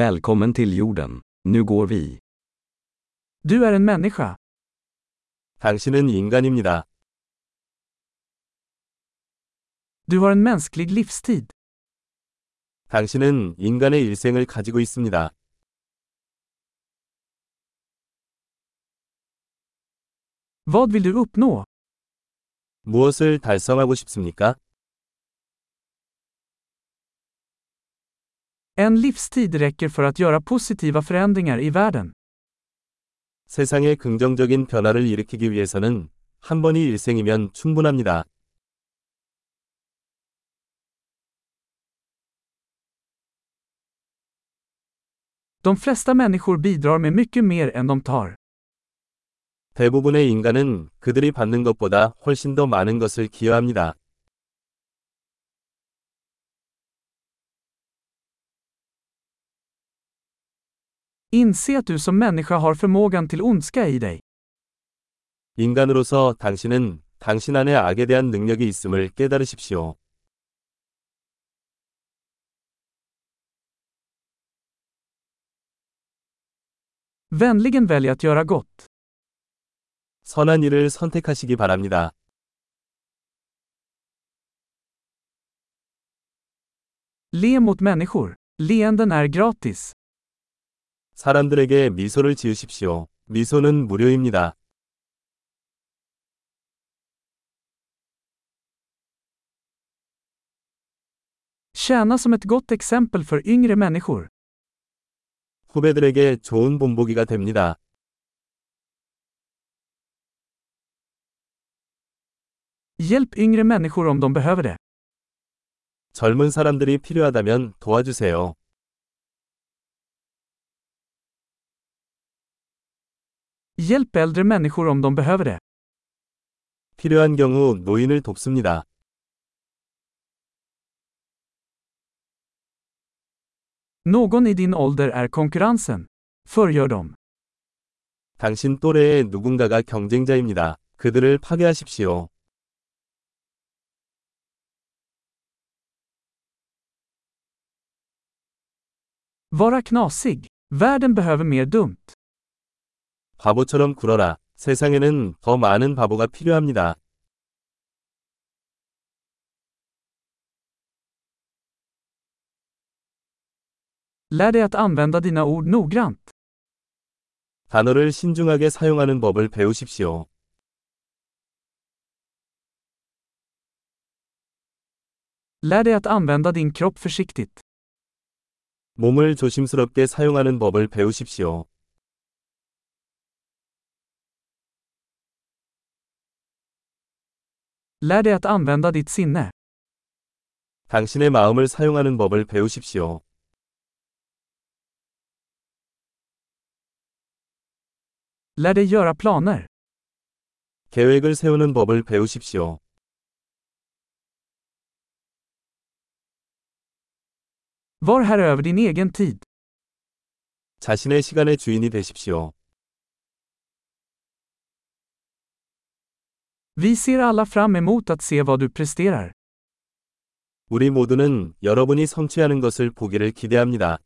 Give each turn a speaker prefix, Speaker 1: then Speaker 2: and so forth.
Speaker 1: Välkommen till jorden. Nu går vi.
Speaker 2: Du är en människa.
Speaker 3: 당신은 인간입니다.
Speaker 2: Du har en mänsklig livstid.
Speaker 3: 당신은 인간의 일생을 가지고 있습니다.
Speaker 2: Vad vill du uppnå?
Speaker 3: 무엇을 달성하고 싶습니까?
Speaker 2: En livstid räcker för att göra positiva förändringar i världen.
Speaker 3: 세상에 긍정적인 변화를 일으키기 위해서는 한 번이 일생이면 충분합니다.
Speaker 2: De flesta människor bidrar med mycket mer än de tar.
Speaker 3: 대부분의 인간은 그들이 받는 것보다 훨씬 더 많은 것을 기여합니다.
Speaker 2: Inse att du som människa har förmågan till ondska i dig.
Speaker 3: 인간으로서 당신은 당신 안에 악에 대한 능력이 있음을 깨달으십시오.
Speaker 2: Vänligen välj att göra gott.
Speaker 3: 선한 일을 선택하시기 바랍니다.
Speaker 2: Le mot människor. Leenden är gratis.
Speaker 3: 사람들에게 미소를 지으십시오. 미소는 무료입니다.
Speaker 2: Tjäna som ett gott exempel för yngre människor.
Speaker 3: 후배들에게 좋은 본보기가 됩니다.
Speaker 2: Hjälp yngre människor om de behöver det.
Speaker 3: 젊은 사람들이 필요하다면 도와주세요.
Speaker 2: Hjälp äldre människor om de behöver det.
Speaker 3: 필요한 경우 노인을 돕습니다.
Speaker 2: Någon i din ålder är konkurrensen. Förgör dem.
Speaker 3: 당신 또래의 누군가가 경쟁자입니다. 그들을 파괴하십시오.
Speaker 2: Vara knasig. Världen behöver mer dumt.
Speaker 3: 바보처럼 굴어라. 세상에는 더 많은 바보가 필요합니다.
Speaker 2: Lär dig att använda dina ord noggrant.
Speaker 3: 단어를 신중하게 사용하는 법을 배우십시오.
Speaker 2: Lär dig att använda din kropp försiktigt.
Speaker 3: 몸을 조심스럽게 사용하는 법을 배우십시오.
Speaker 2: Lär dig att använda ditt sinne.
Speaker 3: 당신의 마음을 사용하는 법을 배우십시오.
Speaker 2: Lär dig göra planer.
Speaker 3: 계획을 세우는 법을 배우십시오.
Speaker 2: Var herre över din egen tid.
Speaker 3: 자신의 시간의 주인이 되십시오.
Speaker 2: Vi ser alla fram emot att se vad du presterar.
Speaker 3: 우리 모두는 여러분이 성취하는 것을 보기를 기대합니다.